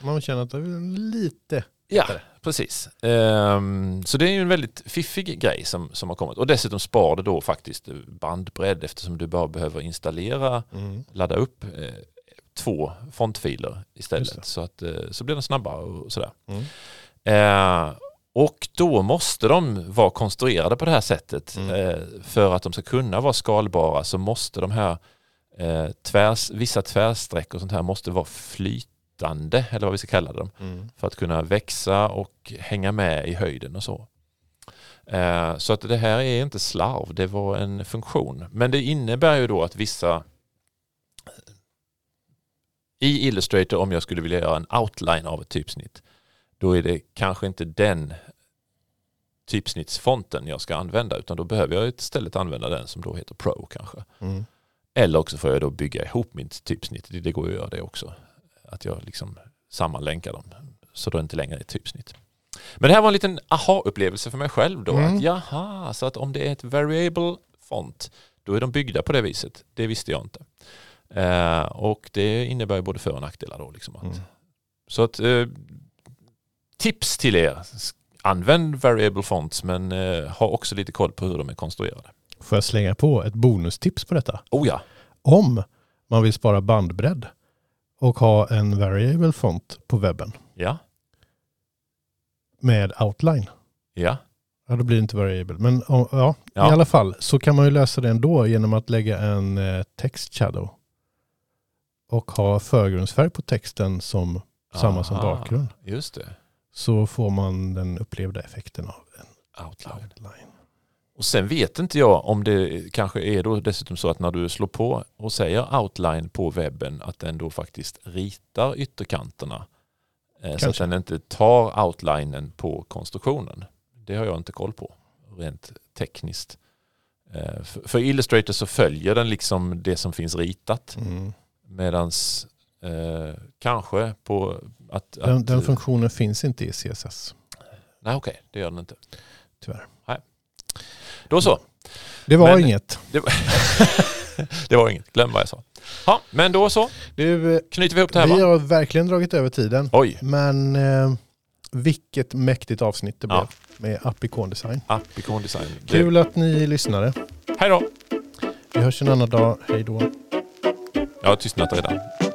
[SPEAKER 1] Man känner att det är lite.
[SPEAKER 2] Ja,
[SPEAKER 1] Heter
[SPEAKER 2] precis. Ehm, så det är ju en väldigt fiffig grej som, som har kommit. Och dessutom spar det då faktiskt bandbredd eftersom du bara behöver installera,
[SPEAKER 1] Mm.
[SPEAKER 2] ladda upp eh, två fontfiler
[SPEAKER 1] Just det.
[SPEAKER 2] istället. Så, att, eh, så blir den snabbare och sådär.
[SPEAKER 1] Mm.
[SPEAKER 2] Eh, och då måste de vara konstruerade på det här sättet.
[SPEAKER 1] Mm.
[SPEAKER 2] Eh, för att de ska kunna vara skalbara så måste de här eh, tvärs, vissa tvärsträck och sånt här måste vara flytande eller vad vi ska kalla dem
[SPEAKER 1] Mm.
[SPEAKER 2] för att kunna växa och hänga med i höjden och så. Eh, Så att det här är inte slarv, det var en funktion. Men det innebär ju då att vissa eh, i Illustrator om jag skulle vilja göra en outline av ett typsnitt då är det kanske inte den typsnittsfonten jag ska använda utan då behöver jag istället använda den som då heter Pro kanske.
[SPEAKER 1] Mm.
[SPEAKER 2] Eller också får jag då bygga ihop mitt typsnitt. Det det går ju att göra det också. Att jag liksom sammanlänkar dem så det inte längre är ett typsnitt. Men det här var en liten aha-upplevelse för mig själv då.
[SPEAKER 1] Mm.
[SPEAKER 2] Att jaha, så att om det är ett variable font då är de byggda på det viset. Det visste jag inte. Eh, och det innebär ju både för och nackdelar då. Liksom att,
[SPEAKER 1] Mm.
[SPEAKER 2] Så att eh, tips till er. S- Använd variable fonts men eh, ha också lite koll på hur de är konstruerade.
[SPEAKER 1] Får jag slänga på ett bonustips på detta?
[SPEAKER 2] Oh ja,
[SPEAKER 1] Om man vill spara bandbredd och ha en variable font på webben
[SPEAKER 2] ja, med
[SPEAKER 1] med outline.
[SPEAKER 2] ja.
[SPEAKER 1] Ja, då blir det inte variable. Men ja, ja,
[SPEAKER 2] Ja.
[SPEAKER 1] i alla fall så kan man ju lösa det ändå genom att lägga en eh, text shadow och ha förgrundsfärg på texten som samma som
[SPEAKER 2] Aha,
[SPEAKER 1] bakgrund.
[SPEAKER 2] Just det,
[SPEAKER 1] Så får man den upplevda effekten av en
[SPEAKER 2] outline.
[SPEAKER 1] outline.
[SPEAKER 2] Och sen vet inte jag om det kanske är då dessutom så att när du slår på och säger outline på webben att den då faktiskt ritar ytterkanterna. Eh, Så att
[SPEAKER 1] Kanske.
[SPEAKER 2] den inte tar outlinen på konstruktionen. Det har jag inte koll på rent tekniskt. Eh, För för Illustrator så följer den liksom det som finns ritat.
[SPEAKER 1] Mm.
[SPEAKER 2] Medan eh, kanske på att...
[SPEAKER 1] Den,
[SPEAKER 2] att
[SPEAKER 1] den funktionen finns inte i CSS.
[SPEAKER 2] nej okej, det gör den inte.
[SPEAKER 1] Tyvärr.
[SPEAKER 2] Nej. Då så.
[SPEAKER 1] Det var
[SPEAKER 2] Men-
[SPEAKER 1] inget.
[SPEAKER 2] Det var, det var inget, glöm vad jag sa. Ja, men då så,
[SPEAKER 1] Du, eh,
[SPEAKER 2] knyter vi ihop det här
[SPEAKER 1] vi
[SPEAKER 2] va?
[SPEAKER 1] har verkligen dragit över tiden.
[SPEAKER 2] Oj,
[SPEAKER 1] Men eh, vilket mäktigt avsnitt det blev
[SPEAKER 2] Ja.
[SPEAKER 1] med Appikon Design.
[SPEAKER 2] Apikon Design.
[SPEAKER 1] Kul att ni lyssnade.
[SPEAKER 2] Hej då!
[SPEAKER 1] Vi hörs en annan dag. Hej då.
[SPEAKER 2] Jag har tystnat redan.